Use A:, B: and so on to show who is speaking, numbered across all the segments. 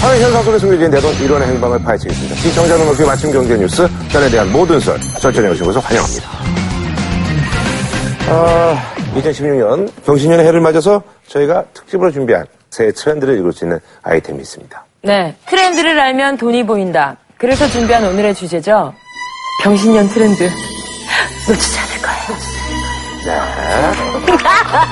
A: 사회 현상 속에 숨겨진데도 이론의 행방을 파헤치겠습니다. 시청자 여러분 그 맞춤 경제 뉴스 전에 대한 모든 썰 설전해 오신 것을 환영합니다. 아, 2016년 경신년의 해를 맞아서 저희가 특집으로 준비한 새해 트렌드를 읽을 수 있는 아이템이 있습니다.
B: 네. 트렌드를 알면 돈이 보인다. 그래서 준비한 오늘의 주제죠. 병신년 트렌드. 놓치지 않을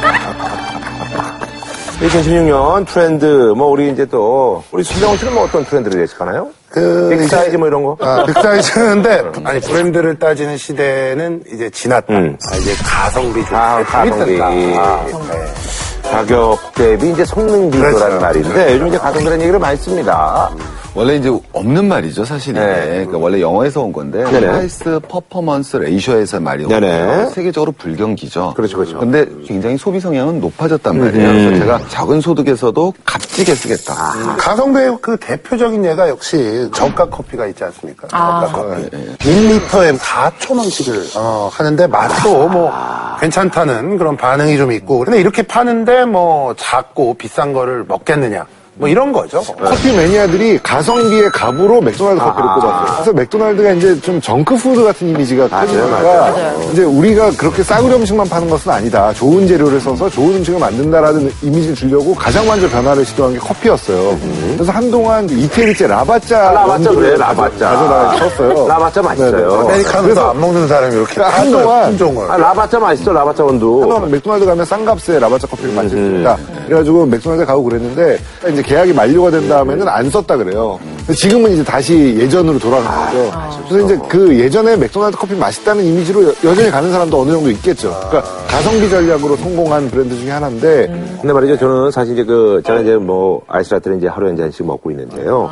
B: 거예요.
A: 네. 2016년 트렌드 뭐 우리 이제 또 우리 수정훈 씨는 뭐 어떤 트렌드를 예측하나요?
C: 그
A: 빅사이즈 뭐 이런 거?
C: 아, 빅사이즈인데 아니 브랜드를 따지는 시대는 이제 지났다.
A: 음.
C: 아, 이제 가성비 좀
A: 아, 가성비. 네. 가격 대비 이제 성능 비교라는
C: 그렇죠.
A: 말인데 요즘 이제 가성비라는 얘기를 많이 씁니다.
D: 원래 이제 없는 말이죠, 사실. 이
A: 네.
D: 그러니까 원래 영어에서 온 건데
A: 네네.
D: 프라이스 퍼포먼스 레이셔에서
A: 네네.
D: 말이었는데 세계적으로 불경기죠.
A: 그렇죠, 그렇죠. 음.
D: 근데 굉장히 소비 성향은 높아졌단 말이에요. 그래서 제가 작은 소득에서도 값지게 쓰겠다.
A: 아. 음.
C: 가성비의 그 대표적인 예가 역시 저가 커피가 있지 않습니까? 저가
A: 아,
C: 커피.
A: 네.
C: 1리터에 4,000원씩을 어, 하는데 맛도 뭐 괜찮다는 그런 반응이 좀 있고. 근데 이렇게 파는데 뭐 작고 비싼 거를 먹겠느냐. 뭐 이런 거죠.
A: 네.
E: 커피 매니아들이 가성비의 갑으로 맥도날드 커피를
A: 아.
E: 꼽았어요. 그래서 맥도날드가 이제 좀 정크푸드 같은 이미지가 커지니까 이제 우리가 그렇게 싸구려 음식만 파는 것은 아니다. 좋은 재료를 써서 좋은 음식을 만든다라는 이미지를 주려고 가장 먼저 변화를 시도한 게 커피였어요. 그래서 한동안 이태리제 라바짜
A: 라바짜
E: 원두를
A: 그래,
E: 가져-
A: 라바짜.
E: 가져다녔었어요. 네,
A: 라바짜 맛있어요.
C: 아메리카노도 안 먹는 사람이 이렇게
E: 그러니까 한동안
C: 품 좋은 걸.
A: 아, 라바짜 맛있어, 라바짜 원두.
E: 한번 맥도날드 가면 싼 값에 라바짜 커피를 마실 수 있다. 그래가지고 맥도날드 가고 그랬는데 이제 계약이 만료가 된 다음에는 안 썼다 그래요. 근데 지금은 이제 다시 예전으로 돌아간 거죠. 그래서 이제 그 예전에 맥도날드 커피 맛있다는 이미지로 여- 여전히 가는 사람도 어느 정도 있겠죠. 그러니까 가성비 전략으로 성공한 브랜드 중에 하나인데
A: 근데 말이죠, 저는 사실 이제 그, 저는 이제 뭐, 아이스라떼를 이제 하루에 한 잔씩 먹고 있는데요.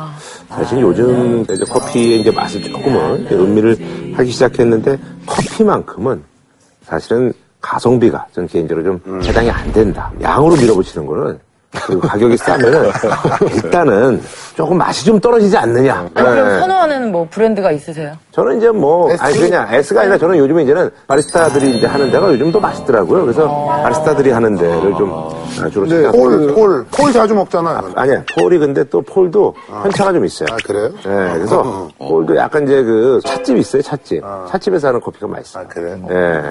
A: 사실 요즘 이제 커피의 이제 맛을 조금은 이제 음미를 하기 시작했는데, 커피만큼은 사실은 가성비가 저는 개인적으로 좀 해당이 안 된다. 양으로 밀어붙이는 거는, 그리고 가격이 싸면은, 일단은 조금 맛이 좀 떨어지지 않느냐.
B: 아니, 그럼
A: 네.
B: 선호하는 뭐 브랜드가 있으세요?
A: 저는 이제 뭐,
C: S?
A: 아니, 그냥 S가 아니라 저는 요즘에 이제는 바리스타들이 이제 하는 데가 요즘 더 맛있더라고요. 그래서 바리스타들이 하는 데를 좀 아, 주로
E: 그
C: 근데
A: 생각하고
C: 폴, 폴, 폴 자주 먹잖아요.
A: 아니야, 폴이 근데 또 폴도 편차가 좀 있어요.
C: 아, 그래요? 어,
A: 네, 그래서 폴도 약간 이제 그 찻집 있어요, 찻집. 찻집에서 하는 커피가 맛있어요.
C: 아, 그래요?
A: 예.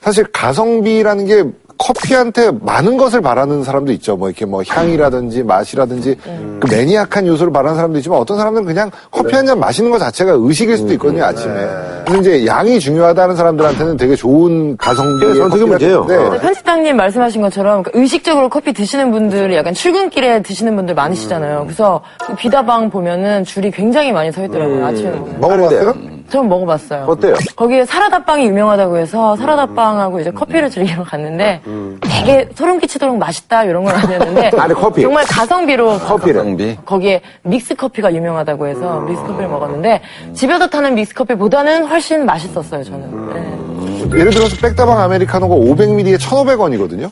E: 사실 가성비라는 게 커피한테 많은 것을 바라는 사람도 있죠. 뭐 이렇게 뭐 향이라든지 맛이라든지 그 매니악한 요소를 바라는 사람도 있지만 어떤 사람들은 그냥 커피 한 잔 마시는 것 자체가 의식일
A: 음,
E: 수도 있거든요. 아침에.
A: 네.
E: 그래서 이제 양이 중요하다는 사람들한테는 되게 좋은 가성비의 네.
A: 그게 선택의 문제예요.
E: 커피라는데
A: 어.
B: 편집장님 말씀하신 것처럼 그 의식적으로 커피 드시는 분들이 약간 출근길에 드시는 분들 많으시잖아요. 그래서 그 비다방 보면은 줄이 굉장히 많이 서 있더라고요. 아침에 보면.
C: 먹어봤어요?
B: 처음 먹어봤어요.
A: 어때요? 음,
B: 거기에 사라다빵이 유명하다고 해서 사라다빵하고 이제 커피를 즐기러 갔는데 되게 소름 끼치도록 맛있다 이런 건 아니었는데
A: 아니, 커피.
B: 정말 가성비로
A: 커피를. 음.
D: 가성비.
B: 거기에 믹스 커피가 유명하다고 해서 믹스 커피를 먹었는데 집에서 타는 믹스 커피보다는 훨씬 맛있었어요
A: 음.
B: 저는. 네.
E: 예를 들어서 백다방 아메리카노가 500ml에 1,500원이거든요.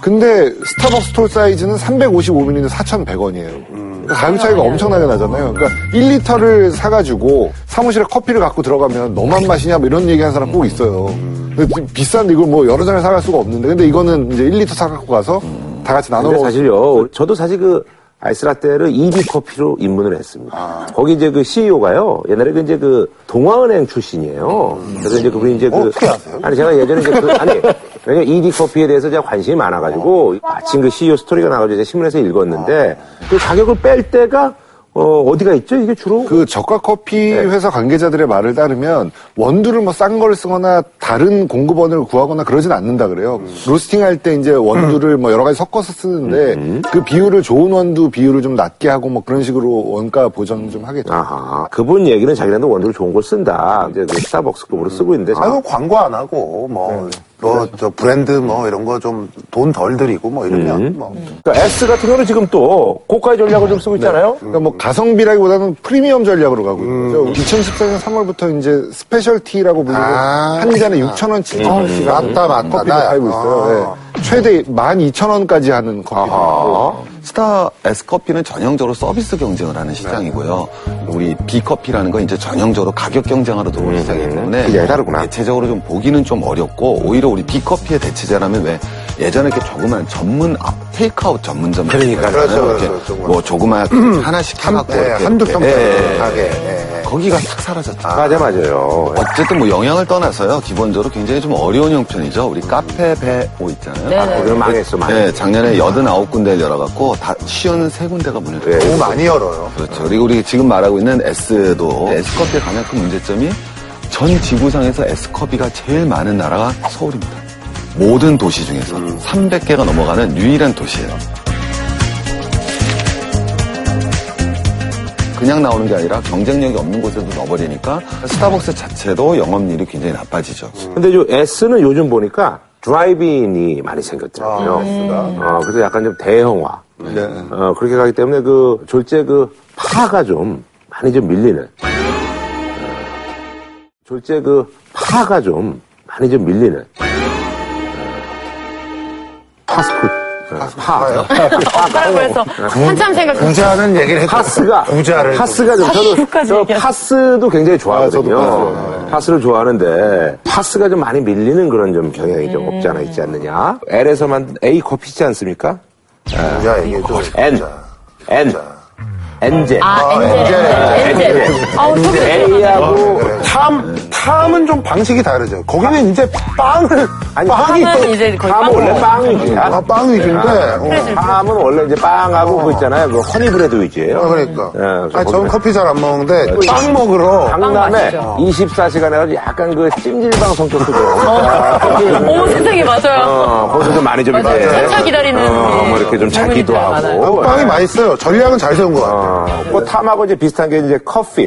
E: 근데 스타벅스 톨 사이즈는 355ml인데 4,100원이에요. 그러니까 가격 차이가
A: 예.
E: 엄청나게 나잖아요. 그러니까 1리터를 사가지고 사무실에 커피를 갖고 들어가면
A: 음.
E: 너만 마시냐 뭐 이런 얘기하는 사람 꼭 있어요. 근데 좀 비싼데 이걸 뭐 여러 잔을 사갈 수가 없는데 근데 이거는 이제 1리터 사갖고 가서 다 같이 나눠
A: 근데
E: 먹을
A: 사실요, 저도 사실 그 아이스라떼를 EB 커피로 입문을 했습니다.
C: 아.
A: 거기 이제 그 CEO가요, 옛날에 그 이제 그 동화은행 출신이에요. 그래서 이제 그분이 이제 그.
C: 음. 어떻게 아세요?
A: 아니, 제가 예전에 이제 그, 아니, 왜냐면 ED 커피에 대해서 제가 관심이
C: 어.
A: 많아가지고, 마침 그 CEO 스토리가 나가지고 제가 신문에서 읽었는데, 그 가격을 뺄 때가, 어, 어디가 있죠? 이게 주로?
E: 그 저가 커피
C: 네.
E: 회사 관계자들의 말을 따르면 원두를 뭐 싼 걸 쓰거나 다른 공급원을 구하거나 그러진 않는다 그래요.
C: 음.
E: 로스팅할 때 이제 원두를 뭐 여러 가지 섞어서 쓰는데
C: 음.
E: 그 비율을 좋은 원두 비율을 좀 낮게 하고 뭐 그런 식으로 원가 보전 좀 하겠죠.
A: 아하. 그분 얘기는 자기네도 원두를 좋은 걸 쓴다. 이제 그 스타벅스급으로 쓰고 있는데.
C: 아, 이거 광고 안 하고,
A: 네.
C: 뭐, 뭐, 저 브랜드 뭐 이런 거 좀 돈 덜 들이고 뭐 이러면 뭐.
A: 그러니까 S 같은 경우는 지금 또 고가의 전략을 좀 쓰고 있잖아요.
E: 그러니까 뭐 가성비라기보다는 프리미엄 전략으로 가고 있는 거죠. 2014년 3월부터 이제 스페셜티라고 불리는
C: 음. 아. 음.
E: 한 잔에 6천 원치
C: 맞다, 맞다.
E: 커피를
C: 나-
E: 팔고 있어요.
C: 아.
E: 예. 최대 12,000원까지 하는 커피도 있고
D: 스타 S 커피는 전형적으로 서비스 경쟁을 하는 시장이고요. 우리 B 커피라는 건 이제 전형적으로 가격 경쟁하러
A: 음,
D: 들어온 시장이기 때문에
A: 굉장히 다르구나.
D: 대체적으로 좀 보기는 좀 어렵고 오히려 우리 B 커피의 대체자라면 왜 예전에 이렇게 조그만 전문 아, 테이크아웃 전문점
A: 그러니까요. 음.
D: 있잖아요.
C: 그렇죠,
D: 이렇게
C: 그렇죠.
D: 뭐 조그만 하나씩 해갖고
C: 네,
D: 이렇게
C: 한두
D: 이렇게.
C: 평짜리
D: 예, 예.
C: 가게. 예.
D: 거기가 싹 사라졌다.
A: 맞아, 맞아요.
D: 어쨌든 뭐 영향을 떠나서요. 기본적으로 굉장히 좀 어려운 형편이죠. 우리 카페 배오 있잖아요.
B: 네네.
D: 아,
A: 거기는 망했어, 망했어.
D: 네, 작년에 89군데 열어갖고 다 쉬운 세군데가
A: 네,
D: 문을 닫고
C: 네. 너무 많이 열어요.
D: 그렇죠. 그리고 우리 지금 말하고 있는 S도 S커피의 가장 큰 문제점이 전 지구상에서 S커피가 제일 많은 나라가 서울입니다. 모든 도시 중에서 300개가 넘어가는 유일한 도시예요. 그냥 나오는 게 아니라 경쟁력이 없는 곳에도 넣어버리니까 스타벅스 자체도 영업률이 굉장히 나빠지죠.
A: 근데 요 S는 요즘 보니까 드라이빙이 많이
C: 아,
A: 생겼더라고요. 어, 그래서 약간 좀 대형화.
C: 네.
A: 어, 그렇게 가기 때문에 그 졸제 그 파가 좀 많이 좀 밀리는. 어, 졸제 그 파가 좀 많이 좀 밀리는. 어, 파스쿠. 어, 파.
B: 엇갈라고
A: 어,
B: 해서
A: 음.
B: 한참 생각했어요.
C: 부자는 얘기를 해도
A: 파스가
C: 부자를
A: 파스가 좀 저도
B: 파스까지
A: 저
B: 얘기하시-
A: 파스도 굉장히 좋아하거든요.
E: 아, 저도 파스.
A: 파스를 좋아하는데 파스가 좀 많이 밀리는 그런 좀 경향이 좀 없지 않아 있지 않느냐? L에서 만든 A 커피지 않습니까?
C: 부자 얘기해도
A: N N 엔젤
B: 아, 엔젤. 엔젤. 아우, 소개
C: 어.
A: A하고
C: 탐 탐은 좀 방식이 다르죠. 거기는 이제 빵을 아니 빵이
B: 빵은
C: 또-
B: 뭐 이제 거의
A: 팜은 원래
B: 빵.
A: 빵이지.
C: 아, 빵 위주인데 어.
A: 팜은 원래 이제 빵하고 그 있잖아요. 그 허니브레드 위주예요.
C: 아, 그러니까.
A: 예, 그래서
C: 아니, 저는
A: 거기는- 아,
C: 커피 잘 안 먹는데 빵 먹으러
A: 강남에
B: 맛있죠.
A: 24시간 해가지고 약간 그 찜질방 성격도 좀.
B: 어. 어머, 세상에, 맞아요.
A: 어, 거기서 좀 많이 좀
B: 맞아요.
A: 이렇게.
B: 차차 기다리는
A: 어,
B: 게
A: 뭐 이렇게 좀 자기도
B: 젊은이들 많아요.
A: 하고.
C: 빵이 맛있어요. 전략은 잘 세운 것 같아요.
A: 어, 그 탐하고 이제 비슷한 게 이제 커피.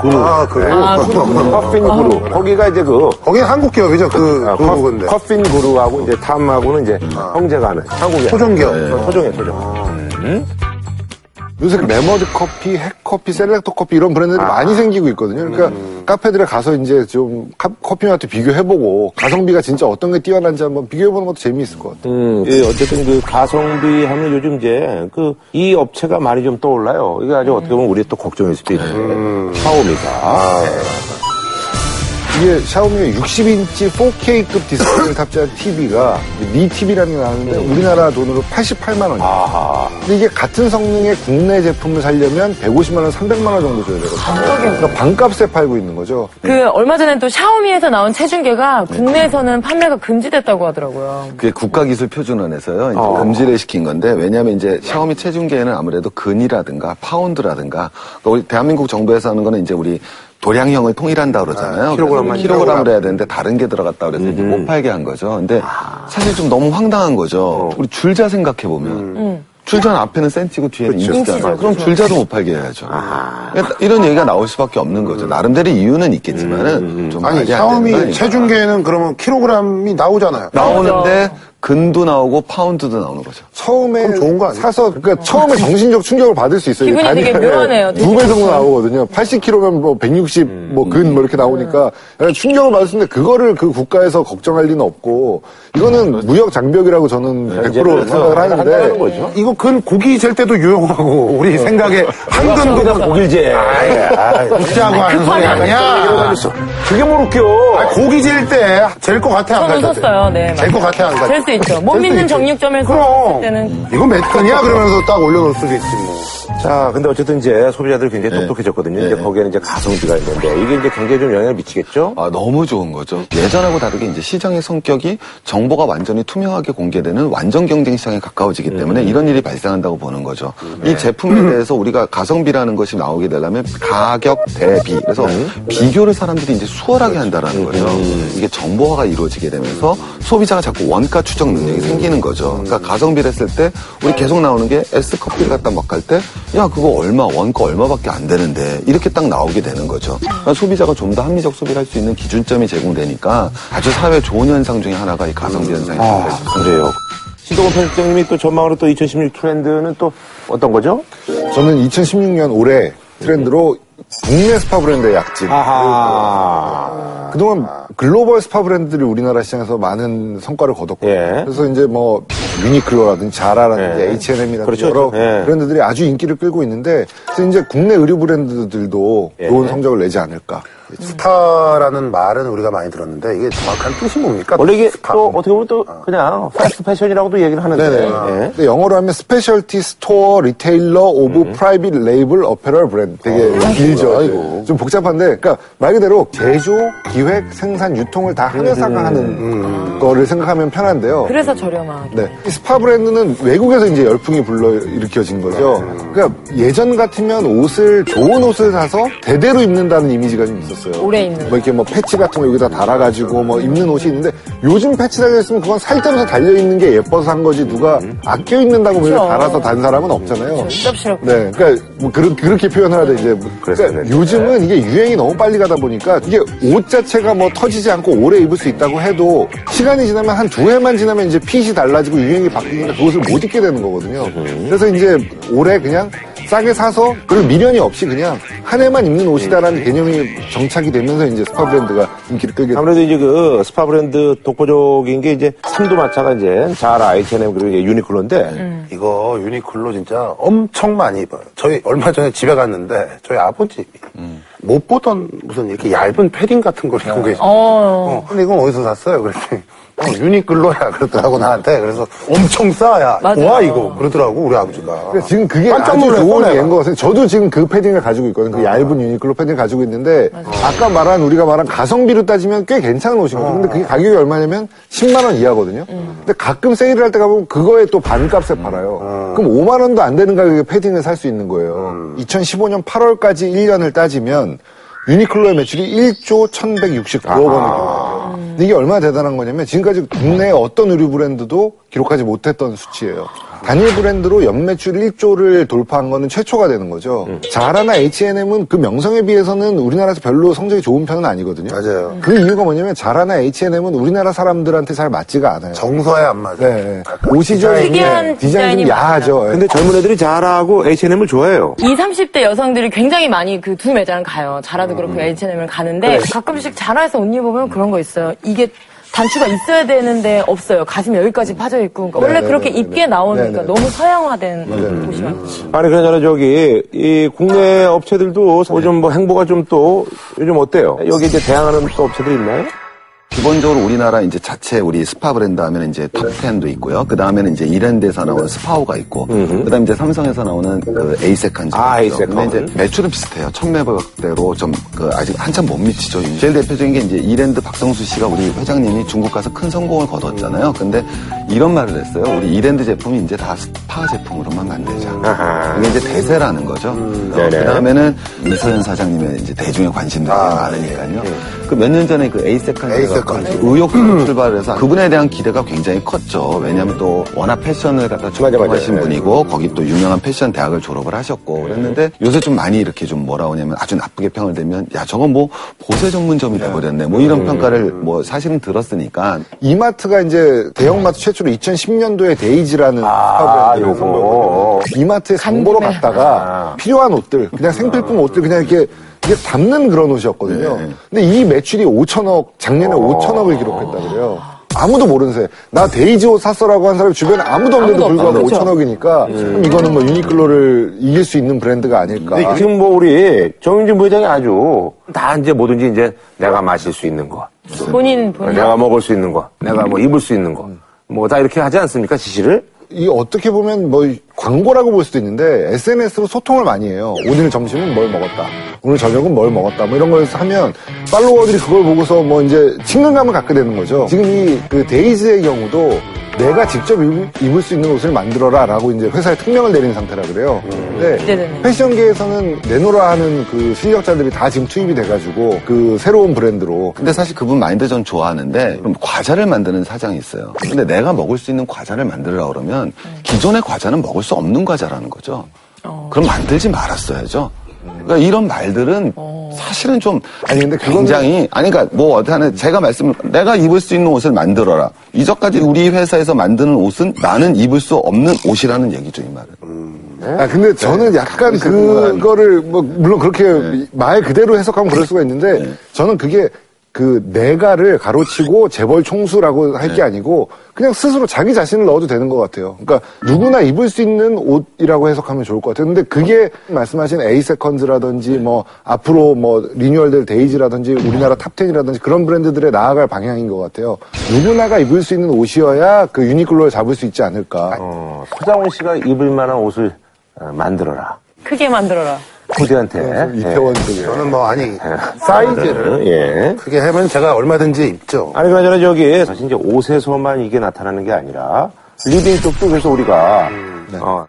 C: 그루. 아, 그루.
A: 커피
B: 아,
A: 그루. 거기가 이제 그.
C: 거긴 한국 기업이죠. 그,
A: 어,
C: 그
A: 커-
C: 부분인데. 아.
A: 커핀 그루하고 이제 탐하고는 이제 형제가 하는 한국에
C: 소정 기업.
A: 소정이에요 소정
E: 요새 메머드 커피, 핵 커피, 셀렉터 커피 이런 브랜드들이 많이 생기고 있거든요. 그러니까 카페들에 가서 이제 좀 카- 커피맛도 비교해보고 가성비가 진짜 어떤 게 뛰어난지 한번 비교해보는 것도 재미있을 것 같아요.
A: 음, 예, 어쨌든 그 가성비 하면 요즘 이제 그 이 업체가 많이 좀 떠올라요 이게 아주 어떻게 보면 우리 또 걱정일 수도 있는데
E: 음.
A: 샤오미가
E: 이게 샤오미가 60인치 4K급 디스플레이를 탑재한 TV가 니 TV라는 게 나왔는데 우리나라 돈으로 88만 원이에요. 근데 이게 같은 성능의 국내 제품을 사려면 150만 원, 300만 원 정도 줘야 되거든요. 그러니까 반값에 팔고 있는 거죠.
B: 그, 얼마 전에 또 샤오미에서 나온 체중계가 국내에서는 판매가 금지됐다고 하더라고요.
D: 그게 국가기술표준원에서요 이제
E: 어.
D: 금지를 시킨 건데 왜냐하면 이제 샤오미 체중계에는 아무래도 근이라든가 파운드라든가 그러니까 우리 대한민국 정부에서 하는 거는 이제 우리 도량형을 통일한다 그러잖아요.
A: 킬로그램만
D: 그래서 킬로그램을 해야 되는데 다른 게 들어갔다 그래서 이제 못 팔게 한 거죠. 근데 사실 좀 너무 황당한 거죠. 우리 줄자 생각해 보면. 줄자는 앞에는 센티고 뒤에는 음. 인치잖아요. 그럼 줄자도 못 팔게 해야죠. 그러니까 이런 얘기가 나올 수밖에 없는 거죠. 나름대로 이유는 있겠지만은 좀
C: 아니,
D: 말이 안 되는
A: 네.
C: 샤오미
D: 거니까.
C: 체중계에는 그러면 킬로그램이 나오잖아요.
D: 나오는데 근도 나오고 파운드도 나오는 거죠.
E: 처음에
C: 그럼 좋은 거 아니에요?
E: 사서 그러니까 처음에 정신적 충격을 받을 수 있어요.
B: 기분이 되게 묘하네요. 되게
E: 두배 정도 나오거든요. 80kg면 뭐 160,
C: 음.
E: 뭐 근 뭐 이렇게
B: 음.
E: 나오니까 약간 충격을 받았는데 그거를 그 국가에서 걱정할 리는 없고 이거는
C: 음.
E: 무역 장벽이라고 저는
C: 뭐
E: 100% 생각을
A: 한다는
E: 하는데
A: 거죠
C: 이거 근 고기 잴 때도 유용하고 우리
A: 어.
C: 생각에
E: 아,
C: 한근
A: 아,
C: 고기
A: 독일제 예. 아,
C: 먹자고 하는 소리 아니야.
A: 그게 모를게요
C: 아니, 고기 잴때잴것 같아 안
B: 저는
C: 같아?
B: 썼어요, 네.
C: 잴것 같아 안 같아?
B: 될 수 있죠. 못
C: 셀수
B: 믿는
C: 있죠.
B: 정육점에서
C: 그럼
B: 했을 때는.
C: 이거 몇 근이야 그러면서 딱 올려놓을 수도 있지 뭐.
A: 자 근데 어쨌든 이제 소비자들이 굉장히
E: 네.
A: 똑똑해졌거든요 이제 거기에는 이제 가성비가 있는데 이게 이제 굉장히 좀 영향을 미치겠죠
D: 아, 너무 좋은 거죠. 예전하고 다르게 이제 시장의 성격이 정보가 완전히 투명하게 공개되는 완전 경쟁 시장에 가까워지기 때문에 이런 일이 발생한다고 보는 거죠. 이 제품에 대해서 우리가 가성비라는 것이 나오게 되려면 가격 대비 그래서 비교를 사람들이 이제 수월하게 한다라는 거죠. 이게 정보화가 이루어지게 되면서 소비자가 자꾸 원가 추정 능력이 생기는 거죠. 그러니까 가성비를 했을 때 우리 계속 나오는 게 S 커피를 갖다 막 갈 때 야 그거 얼마 원가 얼마밖에 안 되는데 이렇게 딱 나오게 되는 거죠. 그러니까 소비자가 좀 더 합리적 소비를 할 수 있는 기준점이 제공되니까 아주 사회 좋은 현상 중에 하나가 이 가성비 현상이 니다
A: 그래요 신동훈 편집장님이 또 전망으로 또 2016 트렌드는 또 어떤 거죠?
E: 저는 2016년 올해 트렌드로 국내 스파 브랜드의 약집.
C: 아,
A: 아하.
E: 그동안 글로벌 스파 브랜드들이 우리나라 시장에서 많은 성과를 거뒀고
A: 예.
E: 요 그래서 이제 뭐 유니클로라든지 자라라든지
A: 예.
E: H&M이라든지
A: 그렇죠.
E: 여러
A: 예.
E: 브랜드들이 아주 인기를 끌고 있는데 그래서 이제 국내 의류 브랜드들도
A: 예.
E: 좋은 성적을 내지 않을까.
C: 스타라는 말은 우리가 많이 들었는데 이게 정확한 뜻이 뭡니까?
A: 원래 이게
C: 스파.
A: 또 어떻게 보면 또 그냥 패스트 패션이라고도 얘기를 하는데.
E: 아. 네네.
A: 예.
E: 근데 영어로 하면 스페셜티 스토어 리테일러 오브
A: 음.
E: 프라이빗 레이블 어페럴 브랜드 되게 길죠.
C: 아이고.
E: 좀 복잡한데, 그러니까 말 그대로 제조, 기획, 생산, 유통을 다
A: 음.
E: 한 회사가 하는 거를 생각하면 편한데요.
B: 그래서 저렴하게.
E: 네. 이 스파 브랜드는 외국에서 이제 열풍이 불러 일으켜진 거죠. 그러니까 예전 같으면 옷을 좋은 옷을 사서 대대로 입는다는 이미지가 좀 있었어요.
B: 오래 입는.
E: 뭐 이렇게 뭐 패치 같은 거 여기다 달아가지고 뭐 입는 옷이 있는데 요즘 패치 달려있으면 그건 살 때부터 달려있는 게 예뻐서 산 거지 누가 아껴 입는다고 그냥
B: 그렇죠.
E: 달아서 단 사람은 없잖아요.
B: 부담스럽고.
E: 네, 그러니까 뭐 그런 그렇게 표현을 하되 이제 뭐-
A: 그랬어야
E: 그러니까
A: 되는데.
E: 요즘은 이게 유행이 너무 빨리 가다 보니까 이게 옷 자체가 뭐 터지지 않고 오래 입을 수 있다고 해도 시간이 지나면 한 두 해만 지나면 이제 핏이 달라지고 유행이 바뀌니까 그것을 못 입게 되는 거거든요. 그래서 이제 올해 그냥 싸게 사서 그걸 미련이 없이 그냥 한 해만 입는 옷이다라는 개념이 정착이 되면서 이제 스파 브랜드가 인기를 끌게 됐
A: 아무래도 이제 그 스파 브랜드 독보적인 게 이제 삼두 마차가 이제 자라, H&M 그리고 이제 유니클로인데
C: 음. 이거 유니클로 진짜 엄청 많이 입어요. 저희 얼마 전에 집에 갔는데 저희 아버지
A: 음.
C: 못 보던 무슨 이렇게 얇은 패딩 같은 걸 입고 계시고
B: 어.
C: 어, 근데 이건 어디서 샀어요? 그랬더니 어, 유니클로야 그러더라고 나한테 그래서 엄청 싸야
B: 맞아요.
C: 와 이거 그러더라고 우리 아버지가
E: 그러니까 지금 그게
C: 깜짝
E: 아주
C: 놀랐어,
E: 좋은
C: 내가.
E: 예인 것 같아요. 저도 지금 그 패딩을 가지고 있거든요. 그 얇은 유니클로 패딩을 가지고 있는데 아까 말한 우리가 말한 가성비로 따지면 꽤 괜찮은 옷이거든요. 근데 그게 가격이 얼마냐면 10만 원 이하거든요. 근데 가끔 세일을 할 때 가보면 그거에 또 반값에 팔아요. 그럼 5만 원도 안 되는 가격에 패딩을 살 수 있는 거예요. 2015년 8월까지 1년을 따지면 유니클로의 매출이 1조 1169억 원을 기록해요. 근데 이게 얼마나 대단한 거냐면 지금까지 국내의 어떤 의류 브랜드도 기록하지 못했던 수치예요. 단일 브랜드로 연매출 1조를 돌파한 거는 최초가 되는 거죠.
C: 음.
E: 자라나 H&M은 그 명성에 비해서는 우리나라에서 별로 성적이 좋은 편은 아니거든요.
C: 맞아요.
E: 그 이유가 뭐냐면 자라나 H&M은 우리나라 사람들한테 잘 맞지가 않아요.
C: 정서에 안 맞아. 그
E: 네, 네. 옷이 좀
B: 특이한
E: 디자인이
B: 디자인이
E: 좀 야하죠.
A: 근데 젊은 애들이 자라하고 H&M을 좋아해요.
B: 20, 30대 여성들이 굉장히 많이 그 두 매장 가요. 자라도 그렇고 H&M을 가는데 가끔씩 자라에서 옷 입으면 그런 거 있어요. 이게 단추가 있어야 되는데 없어요. 가슴 여기까지 파져 있고 그러니까 원래 그렇게 입게 나오니까
E: 네네.
B: 너무 서양화된 옷이 많요
A: 아니 그러잖아 저기 이 국내 업체들도 요즘 뭐 행보가 좀 또 요즘 어때요? 여기 이제 대항하는 또 업체들 있나요?
D: 기본적으로 우리나라 이제 자체 우리 스파 브랜드 하면 이제 탑10도 있고요. 그 다음에는 이제 이랜드에서 나오는 스파오가 있고, 그 다음에 이제 삼성에서 나오는 그 에이세컨즈.
A: 아, 에이세컨.
D: 근데 이제 매출은 비슷해요. 천매박대로 좀 그 아직 한참 못 미치죠. 요즘. 제일 대표적인 게 이제 이랜드 박성수 씨가 우리 회장님이 중국 가서 큰 성공을 거뒀잖아요. 근데 이런 말을 했어요. 우리 이랜드 제품이 이제 다 스파 제품으로만 만들자. 이게 이제 대세라는 거죠.
A: 네네.
D: 그 다음에는 이서연 사장님의 이제 대중의 관심도 되게 많으니까요. 그 몇 년 전에 그 에이세컨즈
C: 에이세컨즈.
D: 의욕으로 출발해서 그분에 대한 기대가 굉장히 컸죠. 왜냐하면 또 워낙 패션을 갖다 전공하신
A: 맞아.
D: 분이고 거기 또 유명한 패션 대학을 졸업을 하셨고 그랬는데 요새 좀 많이 이렇게 좀 뭐라 하냐면 아주 나쁘게 평을 대면 야 저건 뭐 보세 전문점이 돼버렸네 뭐 이런 평가를 뭐 사실은 들었으니까
E: 이마트가 이제 대형마트 최초로 2010년도에 데이지라는 스파 브랜드를
A: 아, 요거. 아.
E: 선보였거든요. 이마트에 정보로
B: 간구매.
E: 갔다가 필요한 옷들, 그냥 생필품 옷들 그냥 이렇게 이게 담는 그런 옷이었거든요.
D: 네.
E: 근데 이 매출이 5천억, 작년에
A: 아.
E: 5천억을 기록했다 그래요. 아무도 모르는 새. 나 데이지 옷 샀어라고 한 사람이 주변에 아무도 없는데도
B: 아무도
E: 불구하고
B: 없죠.
A: 네.
E: 5천억이니까 이거는 뭐 유니클로를 이길 수 있는 브랜드가 아닐까.
A: 근데 지금 뭐 우리 정윤진 부회장이 아주 다 이제 뭐든지 이제 내가 마실 수 있는 거,
B: 본인 본인
A: 내가 먹을 수 있는 거, 내가 뭐 입을 수 있는 거, 뭐 다 이렇게 하지 않습니까 지시를?
E: 이 어떻게 보면 뭐 광고라고 볼 수도 있는데 SNS로 소통을 많이 해요. 오늘 점심은 뭘 먹었다. 오늘 저녁은 뭘 먹었다. 뭐 이런 걸 하면 팔로워들이 그걸 보고서 뭐 이제 친근감을 갖게 되는 거죠. 지금 이 그 데이즈의 경우도 내가 직접 입- 입을 수 있는 옷을 만들어라 라고 이제 회사에 특명을 내린 상태라 그래요. 근데
B: 음. 네네네.
E: 패션계에서는 내노라 하는 그 실력자들이 다 지금 투입이 돼가지고 그 새로운 브랜드로
D: 근데 사실 그분 마인드 전 좋아하는데 그럼 과자를 만드는 사장이 있어요. 근데 내가 먹을 수 있는 과자를 만들라 그러면 기존의 과자는 먹을 수 없는 과자라는 거죠. 그럼 만들지 말았어야죠. 그러니까 이런 말들은 사실은 좀
E: 아니, 근데 그거는-
D: 굉장히 아니 그러니까 뭐 어떤 제가 말씀 내가 입을 수 있는 옷을 만들어라. 이전까지 우리 회사에서 만드는 옷은 나는 입을 수 없는 옷이라는 얘기죠 이 말은.
E: 아, 근데 저는 약간 그거를, 뭐, 물론 그렇게 말 그대로 해석하면 그럴 수가 있는데, 저는 그게 그 내가를 가로치고 재벌 총수라고 할 게 아니고, 그냥 스스로 자기 자신을 넣어도 되는 것 같아요. 그러니까 누구나 입을 수 있는 옷이라고 해석하면 좋을 것 같아요. 근데 그게 말씀하신 A 세컨즈라든지 뭐, 앞으로 뭐, 리뉴얼될 데이지라든지 우리나라 탑10이라든지 그런 브랜드들에 나아갈 방향인 것 같아요. 누구나가 입을 수 있는 옷이어야 그 유니클로를 잡을 수 있지 않을까.
A: 어, 서장훈 씨가 입을 만한 옷을 어, 만들어라.
B: 크게 만들어라.
A: 후디한테.
E: 이태원 쪽에.
C: 저는 뭐 아니
A: 네.
C: 사이즈를
A: 예.
C: 그게 하면 제가 얼마든지 입죠.
A: 아니, 그러니까 그나저나 저기, 사실 이제 옷에서만 이게 나타나는 게 아니라, 리빙 쪽도 그래서 우리가,
C: 네.
A: 어,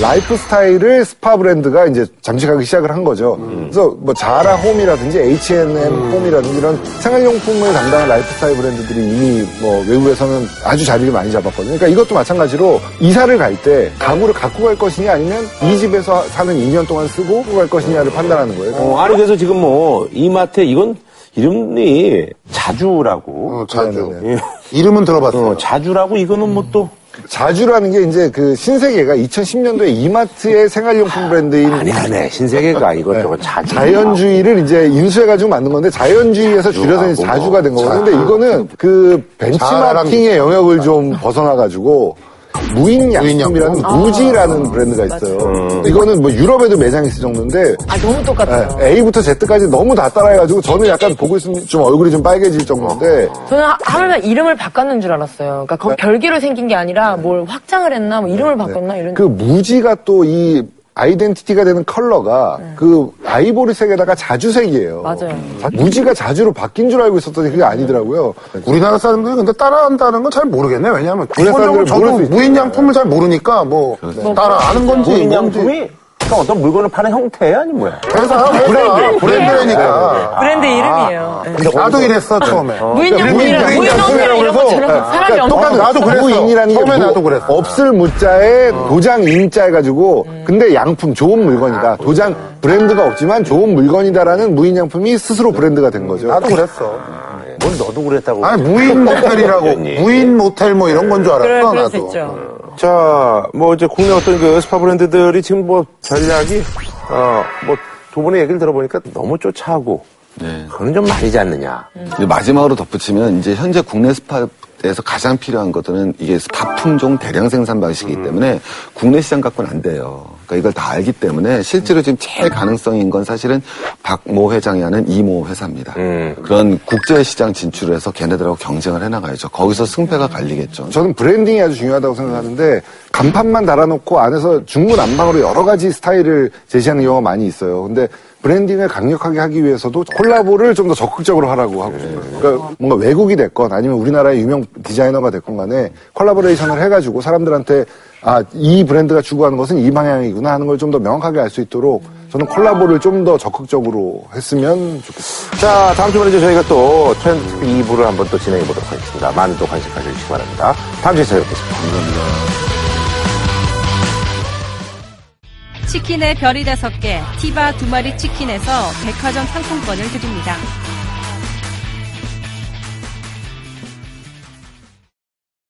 E: 라이프 스타일을 스파 브랜드가 이제 잠식하기 시작을 한 거죠. 그래서 뭐 자라 홈이라든지 H&M 홈이라든지 이런 생활용품을 담당한 라이프 스타일 브랜드들이 이미 뭐 외국에서는 아주 자리를 많이 잡았거든요. 그러니까 이것도 마찬가지로 이사를 갈 때 가구를 갖고 갈 것이냐 아니면 이 집에서 사는 2년 동안 쓰고 갈 것이냐를 판단하는 거예요.
A: 어, 아니, 그래서 지금 뭐, 이마트 이건 이름이 자주라고.
C: 어, 자주
E: 네,
A: 예.
C: 이름은 들어봤어요.
A: 어, 자주라고 이거는 뭐 또,
E: 자주라는 게 이제 그 신세계가 2010년도에 이마트의 생활용품 브랜드인
A: 아니네. 신세계가
C: 그러니까
A: 이것저것
C: 네.
A: 자주.
E: 자연주의를 이제 인수해가지고 만든 건데 자연주의에서 줄여서 이제
A: 뭐.
E: 아, 자주가 된 거거든요. 근데 이거는 그 벤치마킹의 영역을 좀 벗어나가지고 무인약품이라는
B: 아,
E: 무지라는 브랜드가 있어요. 이거는 뭐 유럽에도 매장 있을 정도인데
B: 아, 너무 똑같아요.
E: 네, A부터 Z까지 너무 다 따라해가지고 저는 약간 보고 있으면 좀 얼굴이 좀 빨개질 정도인데
B: 저는 하- 하물며 이름을 바꿨는 줄 알았어요. 그러니까
E: 네.
B: 거 별개로 생긴 게 아니라 뭘 확장을 했나, 뭐 이름을 바꿨나 이런.
E: 그 무지가 또 이 아이덴티티가 되는 컬러가 그 아이보리색에다가 자주색이에요.
B: 네. 맞아요.
E: 자- 무지가 자주로 바뀐 줄 알고 있었더니 그게 아니더라고요.
C: 우리나라 사람들이 근데 따라한다는 건 잘 모르겠네. 왜냐하면 기본적으로
E: 사람들은 모를
C: 저도
E: 수 있죠.
C: 무인양품을 잘 모르니까 뭐
A: 그렇죠.
C: 따라 아는 건지 뭔지.
A: 뭐 무인양품이, 그러니까 어떤 물건을 파는 형태야, 아니 뭐야?
C: 회사 브랜드 브랜드니까.
B: 브랜드
E: 아.
B: 이름이에요. 네.
C: 나도 이랬어 처음에.
B: 무인양품이라
C: 무인-
B: 무인양품이라고 이런 것처럼
E: 그러니까
B: 사람이 엄청
E: 똑같은
C: 나도 그랬어.
E: 무인이라는 게
C: 처음에
E: 무-
C: 나도 그랬어. 어.
E: 없을 무자에 도장 인자 해가지고
B: 음.
E: 근데 양품 좋은
C: 아,
E: 물건이다. 도장 브랜드가 없지만 좋은 물건이다라는 무인양품이 스스로 브랜드가 된 거죠.
C: 나도 그랬어.
A: 예. 뭘 너도 그랬다고.
C: 아니 무인 모텔이라고
A: 예.
C: 무인 모텔 뭐 이런 건 줄
B: 그럴,
C: 알았어
B: 그럴 수
C: 나도.
B: 있죠.
A: 자, 뭐 이제 국내 어떤 그 스파 브랜드들이 지금 뭐 전략이 어 뭐 두 분의 얘기를 들어보니까 너무 쫓아하고 그건 좀 말이지 않느냐.
D: 이제 마지막으로 덧붙이면 이제 현재 국내 스팟에서 가장 필요한 것들은 이게 스팟 품종 대량 생산 방식이기 때문에 국내 시장 갖고는 안 돼요. 그러니까 이걸 다 알기 때문에 실제로 지금 제일 가능성인 건 사실은 박모 회장이 하는 이모 회사입니다. 그런 국제 시장 진출을 해서 걔네들하고 경쟁을 해나가야죠. 거기서 승패가 갈리겠죠.
E: 그렇죠. 저는 브랜딩이 아주 중요하다고 생각하는데 간판만 달아놓고 안에서 중구난방으로 여러 가지 스타일을 제시하는 경우가 많이 있어요. 근데 브랜딩을 강력하게 하기 위해서도 콜라보를 좀 더 적극적으로 하라고 하고 싶어요. 그러니까 뭔가 외국이 됐건 아니면 우리나라의 유명 디자이너가 됐건 간에 콜라보레이션을 해가지고 사람들한테 아, 이 브랜드가 추구하는 것은 이 방향이구나 하는 걸 좀 더 명확하게 알 수 있도록 저는 콜라보를 좀 더 적극적으로 했으면 좋겠어요.
A: 자, 다음 주말에 이제 저희가 또 트렌드 2부를 한번 또 진행해 보도록 하겠습니다. 많은 또 관심 가져주시기 바랍니다. 다음 주에 찾아뵙겠습니다.
F: 치킨의 별이 다섯 개, 티바 두 마리 치킨에서 백화점 상품권을 드립니다.